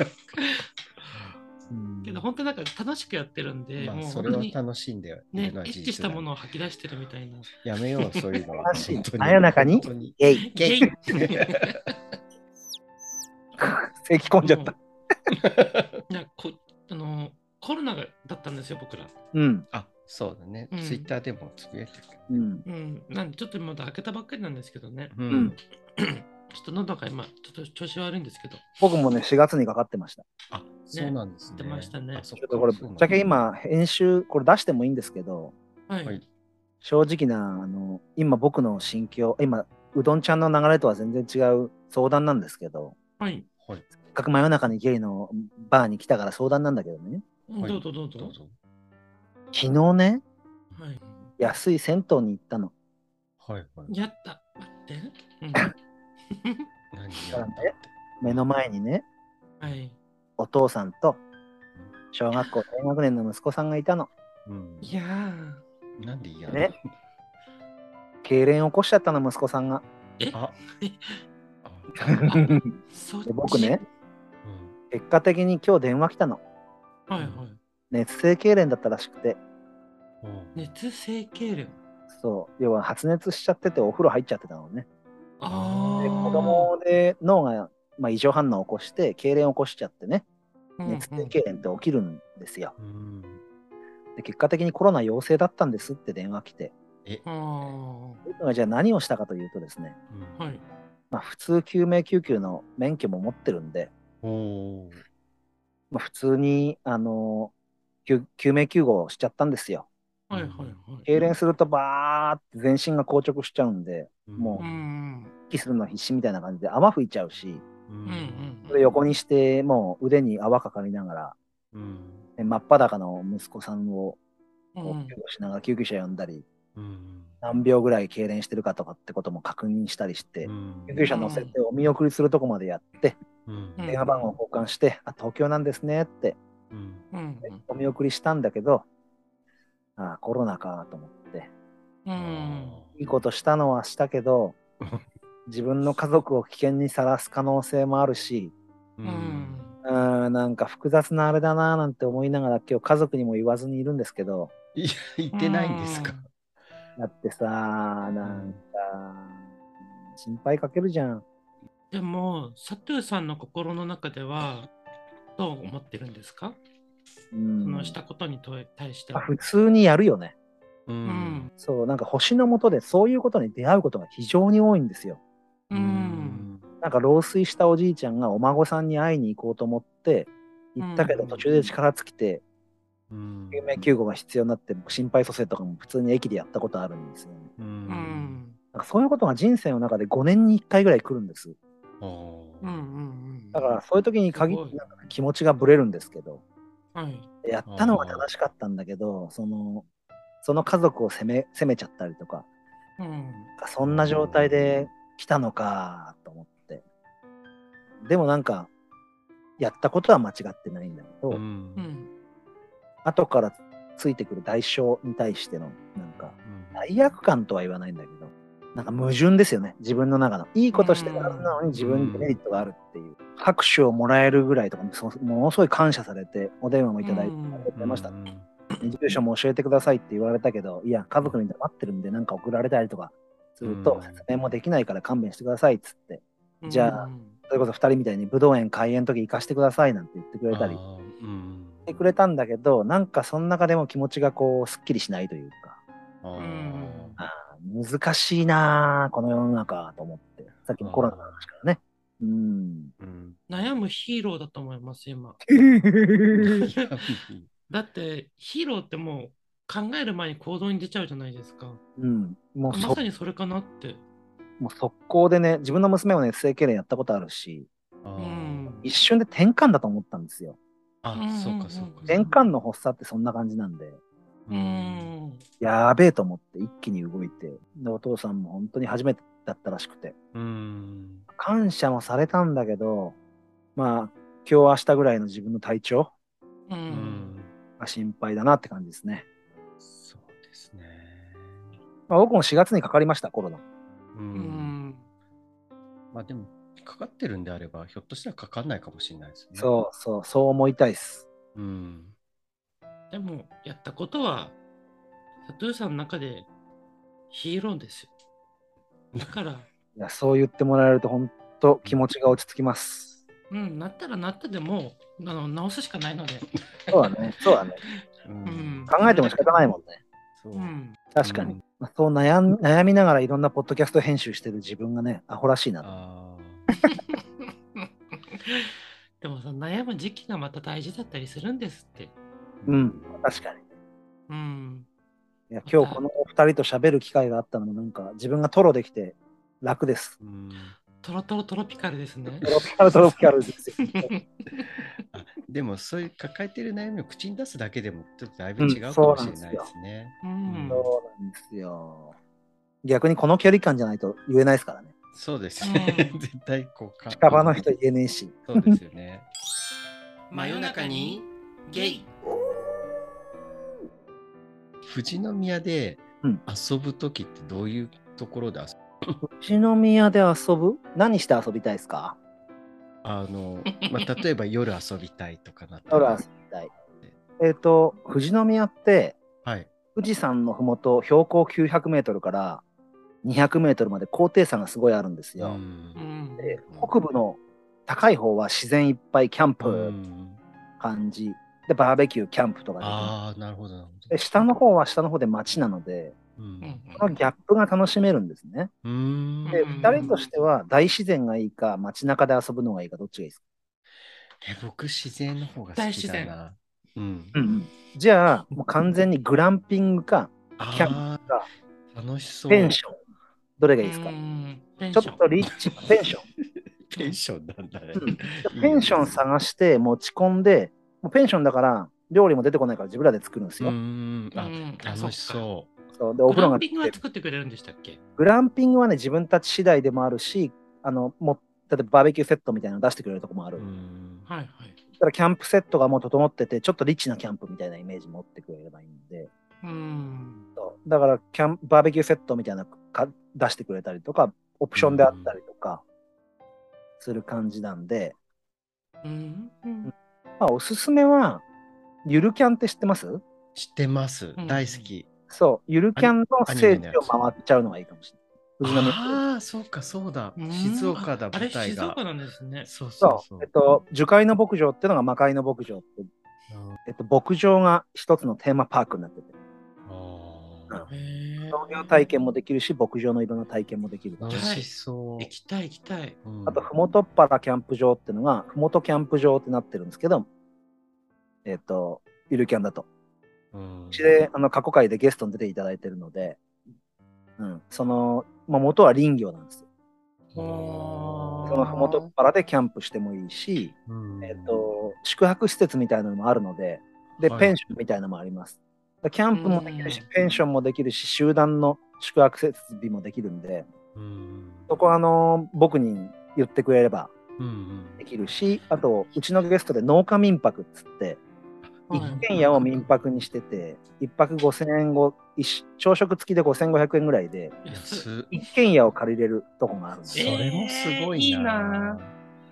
うんけど本当なんか楽しくやってるんで、まもあ、うそ本れ当をに楽しんでいねるのは事一致し実だたものを吐き出してるみたいな。やめよう、そういうの は。らしい本当に真夜中に本当にイェイ ゲイゲイ咳込 んじゃったいやこあのコロナがだったんですよ僕ら。うんあ、そうだね。うんツイッターでもつぶやいてるけど。うんうん、なんでちょっとまだ開けたばっかりなんですけどね。ううん。ちょっと喉が今ちょっと調子悪いんですけど。僕もね4月にかかってましたあ、そうなんですね。出ましたねあそちょっとこれぶっちゃけ。今編集これ出してもいいんですけどはい。はい正直なあの今僕の心境今うどんちゃんの流れとは全然違う相談なんですけどはい、そうなんだせっかく真夜中にゲイのバーに来たから相談なんだけどねはいどうぞどうはい、どぞう。ぞ。昨日ねはい。安い銭湯に行ったのはいはい。やった。待って。うん、 何やっだからたねって。目の前にねはい。お父さんと小学校低学年の息子さんがいたのうん。いや ー。なんで嫌なのね痙攣起こしちゃったの息子さんがあ。あ。そっちで僕ね。うん結果的に今日電話来たのはいはい。熱性痙攣だったらしくてうん。熱性痙攣。そう要は発熱しちゃっててお風呂入っちゃってたのねああ。で子供で脳が、まあ、異常反応を起こして痙攣を起こしちゃってね熱性痙攣って起きるんですよ、うん。で結果的にコロナ陽性だったんですって電話来てああ。僕がじゃあ何をしたかというとですね、うんはい。まあ、普通救命救急の免許も持ってるんで、おーまあ、普通に、あの救救命救護をしちゃったんですよはいはいはい。痙攣するとバーって全身が硬直しちゃうんでもう。うん息するの必死みたいな感じで泡吹いちゃうしううんうん。それ横にしてもう腕に泡かかりながらうん。ね真っ裸の息子さんをうこうん救護しながら救急車呼んだり、うん。何秒ぐらい痙攣してるかとかってことも確認したりして、うん救急車乗せてお見送りするとこまでやって、うんうん電話番号交換して、あ、東京なんですねってうんうんお見送りしたんだけど、あコロナかと思って、うう。んいいことしたのはしたけど、自分の家族を危険にさらす可能性もあるし、ううんん。うーん、なんか複雑なあれだななんて思いながら、今日家族にも言わずにいるんですけど、いや、言ってないんですか。だってさ、なんか、心配かけるじゃん。でも、サトゥーさんの心の中では、どう思ってるんですか、うそんのしたことに対してまあは。普通にやるよね。う。うんん。そう、なんか星の下でそういうことに出会うことが非常に多いんですよ。うん。なんか老衰したおじいちゃんがお孫さんに会いに行こうと思って、行ったけどうん途中で力尽きて、うん。救命救護が必要になって、僕心肺蘇生とかも普通に駅でやったことあるんですよね。う。うんん。なんかそういうことが人生の中で5年に1回ぐらい来るんです。あうん。うーん。だから、そういう時に限っすごていなんか気持ちがぶれるんですけど、はい。やったのは正しかったんだけど、その、その家族を責め、責めちゃったりとか、うん。そんな状態で来たのかと思って。でもなんか、やったことは間違ってないんだけど、うんううんん。後からついてくる代償に対しての、なんか、罪悪感とは言わないんだけど、なんか矛盾ですよね、自分の中の。いいことしてるはずなのに自分にデメリットがあるっていう。拍手をもらえるぐらいとかも、そものすごい感謝されて、お電話もいただいて、うんありがとうございましたう。ん住所も教えてくださいって言われたけど、いや、家族に黙ってるんで、なんか送られたりとかすると、うん説明もできないから勘弁してくださいっつって、うんじゃあそれこそ2人みたいに武道園開園の時行かしてくださいなんて言ってくれたりしあーうんてくれたんだけどなんかその中でも気持ちがこうすっきりしないというかあーうん難しいなあこの世の中と思ってさっきのコロナの話か らねうんうん悩むヒーローだと思います、今。だって、ヒーローってもう考える前に行動に出ちゃうじゃないですか。うんもうまそさにそれかなって。もう速攻でね自分の娘もね SAK でやったことあるし あうーん。一瞬で転換だと思ったんですようんあ、そうかそううかん。転換の発作ってそんな感じなんでう。ん。やーべえと思って一気に動いてでお父さんも本当に初めてだったらしくてうん。感謝もされたんだけどまあ今日明日ぐらいの自分の体調うう。んん。が心配だなって感じですね、そうですね。まあ、僕も4月にかかりましたコロナう。うんん。まあでも、かかってるんであれば、ひょっとしたらかかんないかもしれないですね。そうそうそう思いたいっすう。うん。でも、やったことは、サトゥーさんの中でヒーローですよ。だから、 いやそう言ってもらえると本当気持ちが落ち着きますうん、なったらなったでもうあの直すしかないので。そうだねそうだねううんん。考えても仕方ないもんねそうう。ん。確かに、うんまあそう悩ん悩みながらいろんなポッドキャスト編集してる自分がねアホらしいなとあでもさ、悩む時期がまた大事だったりするんですって。ーうん。確かにうん。いや今日このお二人と喋る機会があったのもなんか自分がトロできて楽 ですうんトロトロトロピカルです ね。トロピカルトロピカルですよあでもそういう抱えてる悩みを口に出すだけでもちょっとだいぶ違うかうんもしれないですね。うん。そうなんですよ逆にこの距離感じゃないと言えないですからねそうですね。う ん絶対こうか。近場の人言えねえしそうですよね。真夜中にゲイ。富士宮でうん遊ぶ時ってどういうところで遊ぶ、宇都宮で遊ぶ何して遊びたいですかあの、まあ、例えば夜遊びたいとかなったトらラ遊びたいえっ、と富士宮ってはい。富士山のふもと標高900メートルから200メートルまで高低差がすごいあるんですう。よ、うんん。で北部の高い方は自然いっぱいキャンうプん感じ、でバーベキューキャンプとかできるああ、なるほど、なるほどで下の方は下の方で街なのでううんんこのギャップが楽しめるんですねうーん。でうん2人としては大自然がいいか街中で遊ぶのがいいかどっちがいいですか、え僕、自然の方が好きだな。うん。じゃあもう完全にグランピングかキャンあプかあ、楽しそう。ペンションどれがいいですか、うんテンちょショっとリッチなペンションペンションなんだね。でペンション探して持ち込んで、もうペンションだから料理も出てこないから自分らで作るんですよ。うーん。あ、ン。あ楽しうそそうでか。おお風風呂呂が。グランがピングは作ってくれるんでしたっけグランピングはね自分たち次第でもあるし、あのも例えばバーベキューセットみたいなの出してくれるとこもあう。る。うーだんはいはい。からキャンプセットがもう整ってて、ちょっとリッチなキャンプみたいなイメージ持ってくれればいいんで、うん。そうだからキャンバーベキューセットみたいなのか出してくれたりとか、オプションであったりとかする感じなんで、うん。うんまあ、おすすめは、ゆるキャンって知ってます知ってますう。ん大好き。そう、ゆるキャンの聖アニメの地やをつ回っちゃうのがいいかもしれない。宇都宮ああ、そうか、そうだ。静岡だ、ああれ舞台静が岡。なんですね。そうそうそそうう。えっと、樹海の牧場っていうのが魔界の牧場って、えっと、牧場が一つのテーマパークになってて、あへー農業体験もできるし、牧場のいろんな体験もできるあ、。楽しそう行。きたい行きたい。うんあと、ふもとっぱらキャンプ場っていうのが、ふもとキャンプ場ってなってるんですけど、えっと、ゆるキャンだと。うんうちで、あの、過去回でゲストに出ていただいてるので、うん、その、まあ、元は林業なんですよ。おーそのふもとっぱらでキャンプしてもいいし、うんえっ、と、宿泊施設みたいなのもあるので、で、はいペンションみたいなのもあります。でキャンプもできるしうん、ペンションもできるし、集団の宿泊設備もできるんで、うんそこはあのー僕に言ってくれればうんうんできるし、あと、うちのゲストで農家民泊っつって、一はい軒家を民泊にしてて、一泊5000円後、一朝食付きで5500円ぐらいで、安っ一軒家を借りれるとこがあるんでそすえよ。れもすごいな。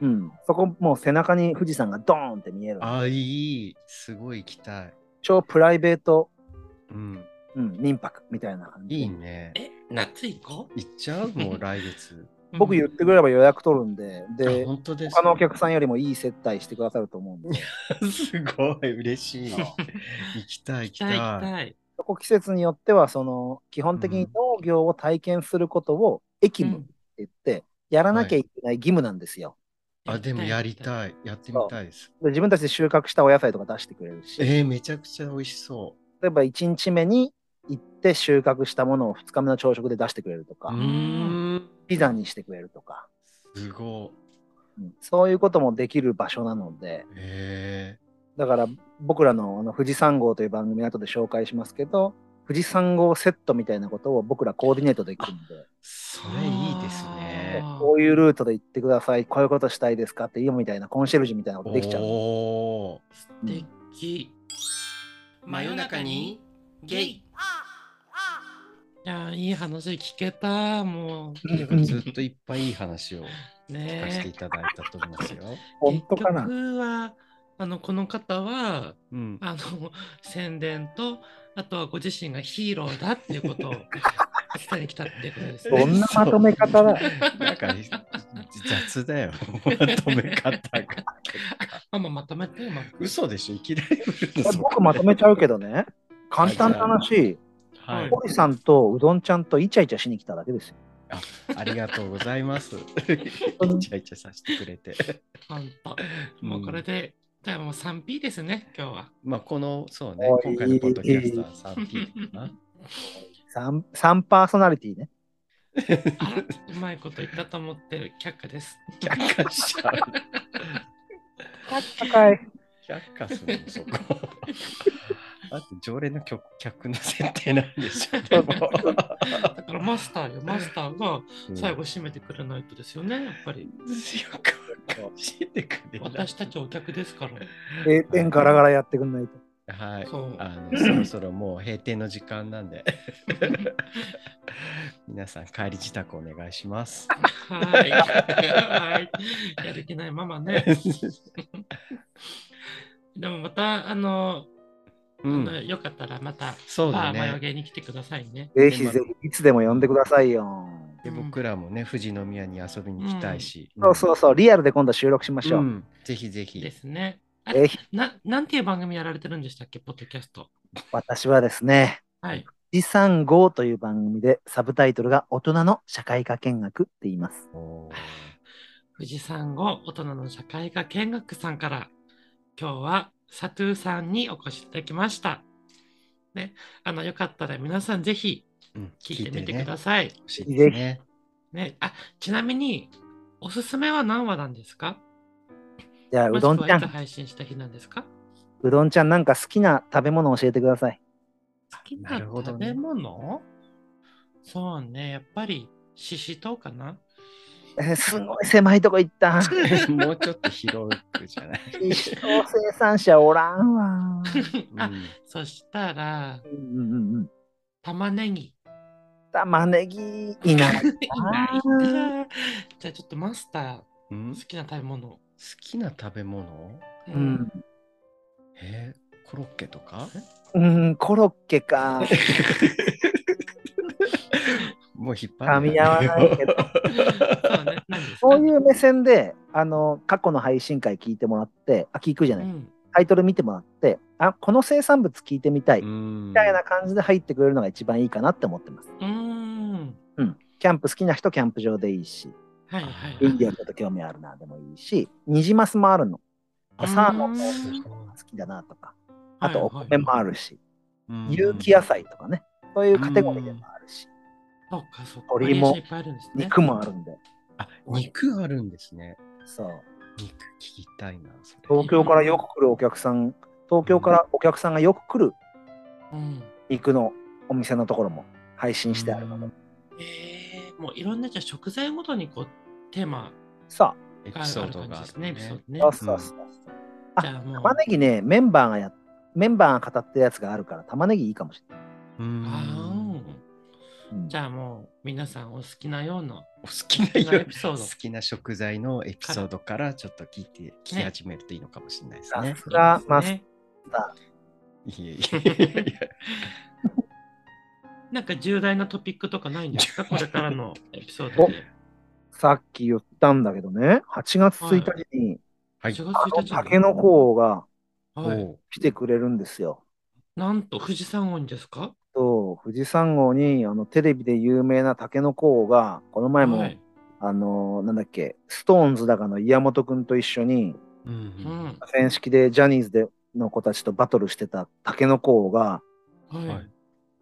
うん。そこもう背中に富士山がドーンって見える。あ、いい。すごい行きたい。超プライベート、うん。うん、民泊みたいな感じで。いいね。え、夏行こ行っちゃうもう来月。僕言ってくれれば予約取るんで、あ で、本当です他のお客さんよりもいい接待してくださると思うんで、 すごい嬉しい。行きたい行き行きたい行きたい。たい。そこ季節によっては、その、基本的に農業を体験することを駅務って言って、やらなきゃいけない義務なんですよ。あでもやりたい。やってみたいです。で自分たちで収穫したお野菜とか出してくれるし、例えー、めちゃくちゃ美味しそえば1日目に行って収穫したものを2日目の朝食で出してくれるとう。かう、ーん。ピザにしてくれるとか、すごうんそういうこともできる場所なので、い。えだから僕らのあの富士山号という番組後で紹介しますけど、富士山号セットみたいなことを僕らコーディネートできるんで、それいいですねあーこういうルートで行ってください、こういうことしたいですかっていうみたいなコンシェルジュみたいなー。ことできちゃう。おうん素敵真夜中にゲイいやーいい話聞けたもーずっといっぱいいい話をう聞かせてねいただいたと思いますよ。本当かな結局はあのこの方は うん。あの宣伝とあとはご自身がヒーローだっていう ことを伝えに来たっていうことですどね。んなまとめ方だ なんか雑だよ。 まとめ方が。ママまとめてよまとめて嘘でしょいきなり振るの そこ僕まとめちゃうけどね、簡単な話、はい。堀さんとうどんちゃんとイチャイチャしに来ただけですよ。ありがとうござい ます。イチャイチャさせてくれて。ほんとうんもうこれで、じゃあもう 3P ですね今日は。まあ、この、そうねおい、今回のポッドキャストは 3P かな。 3, 3パーソナリティね。あらうまいこと言ったと思ってる却下です。却下しちゃう。高い。却下するの、そこ。あと、常連の客客の設定なんでしょでも。だからマスターよマスターが最後よ締めてくれないとですよねやっぱりくわかんしてくれない私たちお客ですから。閉店ガラガラやってくんないと。はいそう。あの、そろそろもう閉店の時間なん で。皆さん、帰り自宅お願いします。はい。はい。やる気ないママね。でもまた、あの、うあのん。よかったらまた、そうバだーマヨね。ゲに来てくださいね。ぜひぜひ、いつでも呼んでくださいよ。で僕らもね、富士宮に遊びに行きたいし。そうそうそう、リアルで今度収録しましょうう。んぜひぜひで。すね。あぜひ、な、なんていう番組やられてるんでしたっけ、ポッドキャスト。私はですね、はい。富士山号という番組でサブタイトルが大人の社会科見学って言います。おー富士山号大人の社会科見学さんから今日はサトゥーさんにお越しいただきました。ね、あのよかったら皆さんぜひうん聞いてみてねください。欲しいですね。ね、あちなみにおすすめは何話なんですかじゃあ、うどんちゃもしくはいつん、配信した日なんですかうどんちゃんなんか好きな食べ物教えてください。好きななるほど食ねべ物、そうね、やっぱりシシトウかな。えーすごい狭いとこ行った。 もうちょっと広くじゃない。一生生産者おらんわ。あうんそしたらうんうんうん、玉ねぎ。玉ねぎいいない。ないか じゃあちょっとマスタうんー好好きな食べ物。きな食べ物うん、えーコロッケとかうん、コロッケか。もう引っ噛張み合わない けど。そうね、何ですかそういう目線で、あの、過去の配信会聞いてもらって、あ、聞くじゃない、うんタイトル見てもらって、あ、この生産物聞いてみたい、みみたいな感じで入ってくれるのが一番いいかなって思ってます。うーん。うん。キャンプ好きな人、キャンプ場でいいし、はいはいイはンディアンちょっと興味あるな、でもいいし、ニジマスもあるの。い。サーモンうもーん好きだなとか、あとおはい米はいもあるし、うん有機野菜とかね、そういうカテゴリーでもあるし、そっかそっか。鶏もバリエーションいっぱいあるんですね肉もあるんで、あ肉あるんですね。そう。肉聞きたいな。それ東京からよく来るお客さん、東京からお客さんがよく来るうん。肉のお店のところも配信してあるので、えー、もういろんなじゃあ食材ごとにこうテーマさエがあピソーるド感じがであするねね。エピソードねあ、そうそうそうそう。あじゃあもう。玉ねぎね、メンバーがや、メンバーが語ってるやつがあるから、玉ねぎいいかもしれない。うんあーうんじゃあもう皆さんお好きなようなお好きな好きなよエピソード好きな食材のエピソードからちょっと聞いて、聞き始めるといいのかもしれないですね。さすがマスね。いえいえいえいえ。 なんか重大なトピックとかないんですかこれからのエピソードで。さっき言ったんだけどね、8月1日に、はい。 4あの月1日竹の子がはい。お来てくれるんですよ。なんと富士山号にですかと富士山号にあのテレビで有名な竹の子が、この前も、はい。あのーなんだっけ、ストーンズだかの岩本くんと一緒に、ううんん。選式でジャニーズでの子たちとバトルしてた竹の子が、うん。ははいい。。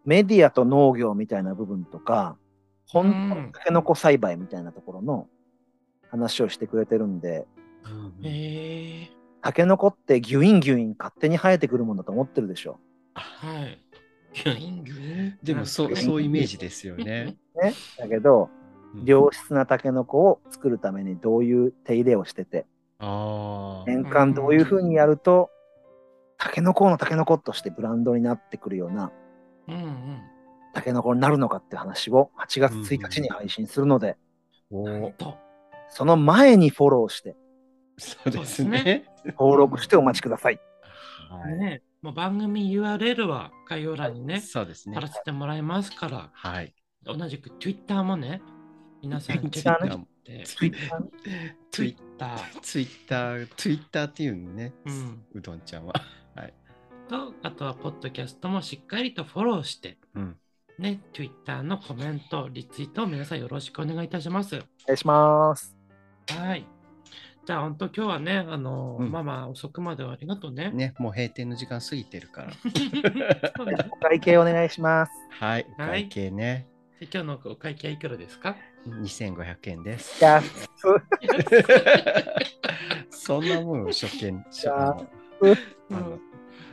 メディアと農業みたいな部分とか、う本当んのタケノコ栽培みたいなところの話をしてくれてるんで、へえ。タケノコってギュインギュイン勝手に生えてくるもんだと思ってるでしょ。はい。ギュインギュインでもそなんうかそういうイメージですよね。だけど、うん良質なタケノコを作るためにどういう手入れをしてて、ああ。年間どういうふうにやると、タケノコのタケノコとしてブランドになってくるようなうんうん。タケノコになるのかって話を8月1日に配信するので、おーと。その前にフォローして、そうですね。登録してお待ちください。はね。もう番組 URL は概要欄にねい。、そうですね貼ら。せてもらいますから、はい。同じく Twitter もね、皆さんチェック Twitter しもて、ツイ Twitter ツイッター、ツイッターっていうのね、うんうどんちゃんは。はい。と、あとはポッドキャストもしっかりとフォローして、うん。ね、Twitter のコメント、リツイートを皆さんよろしくお願いいたします。お願いします。はい。じゃあ、本当今日はね、あのー、うんママ遅くまではありがとうね。ね、もう閉店の時間過ぎてるから。 そうねお会計お願いします。はい。おはい会計ね、で今日のお会計はいくらですか2500円です。じゃあ、そんなもんよ、初見、初あのうんあの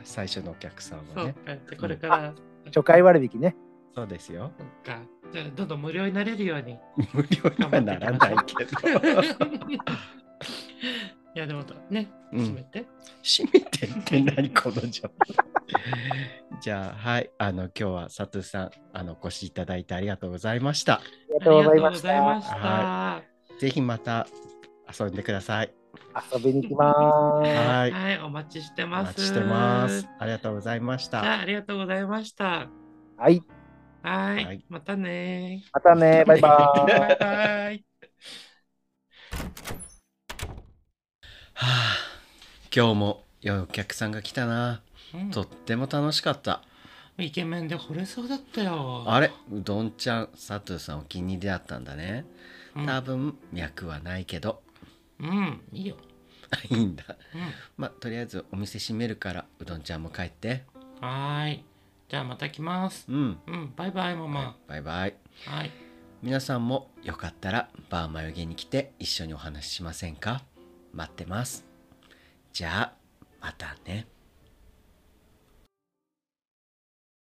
最初のお客さんそはうね。か。でこれから、初回割引ね。そうですよ。そっか。じゃあ、どんどん無料になれるように。無料にはならないけど。いや、でも、ね、うん閉めて。閉めてって何この状況じゃあはいあの今日は佐藤さんあのお越しいただいてありがとうございましたありがとうございありがとうましございまたし。た。はぜひまた遊んでください遊びに来まーす。はいはい、お待ちしておます。待ちしてますじありがとうございましたゃあ、ありがとうございました。はい、はい、はいま たねまたね、バイバーイバ。イバイ。はあ今日も良いお客さんが来たなうんとっても楽しかったイケメンで惚れそうだったよ。あれうどんちゃん佐藤さんお気に入りだったんだねうん多分脈はないけど うん、いいよ。いいんだうまあとりあえずお店閉めるからうどんちゃんも帰ってん、はーい。じゃあまた来ます。うんうん、バイバイママ。バイバイはい。皆さんもよかったらバー眉毛に来て一緒にお話ししませんか待ってますじゃあまたね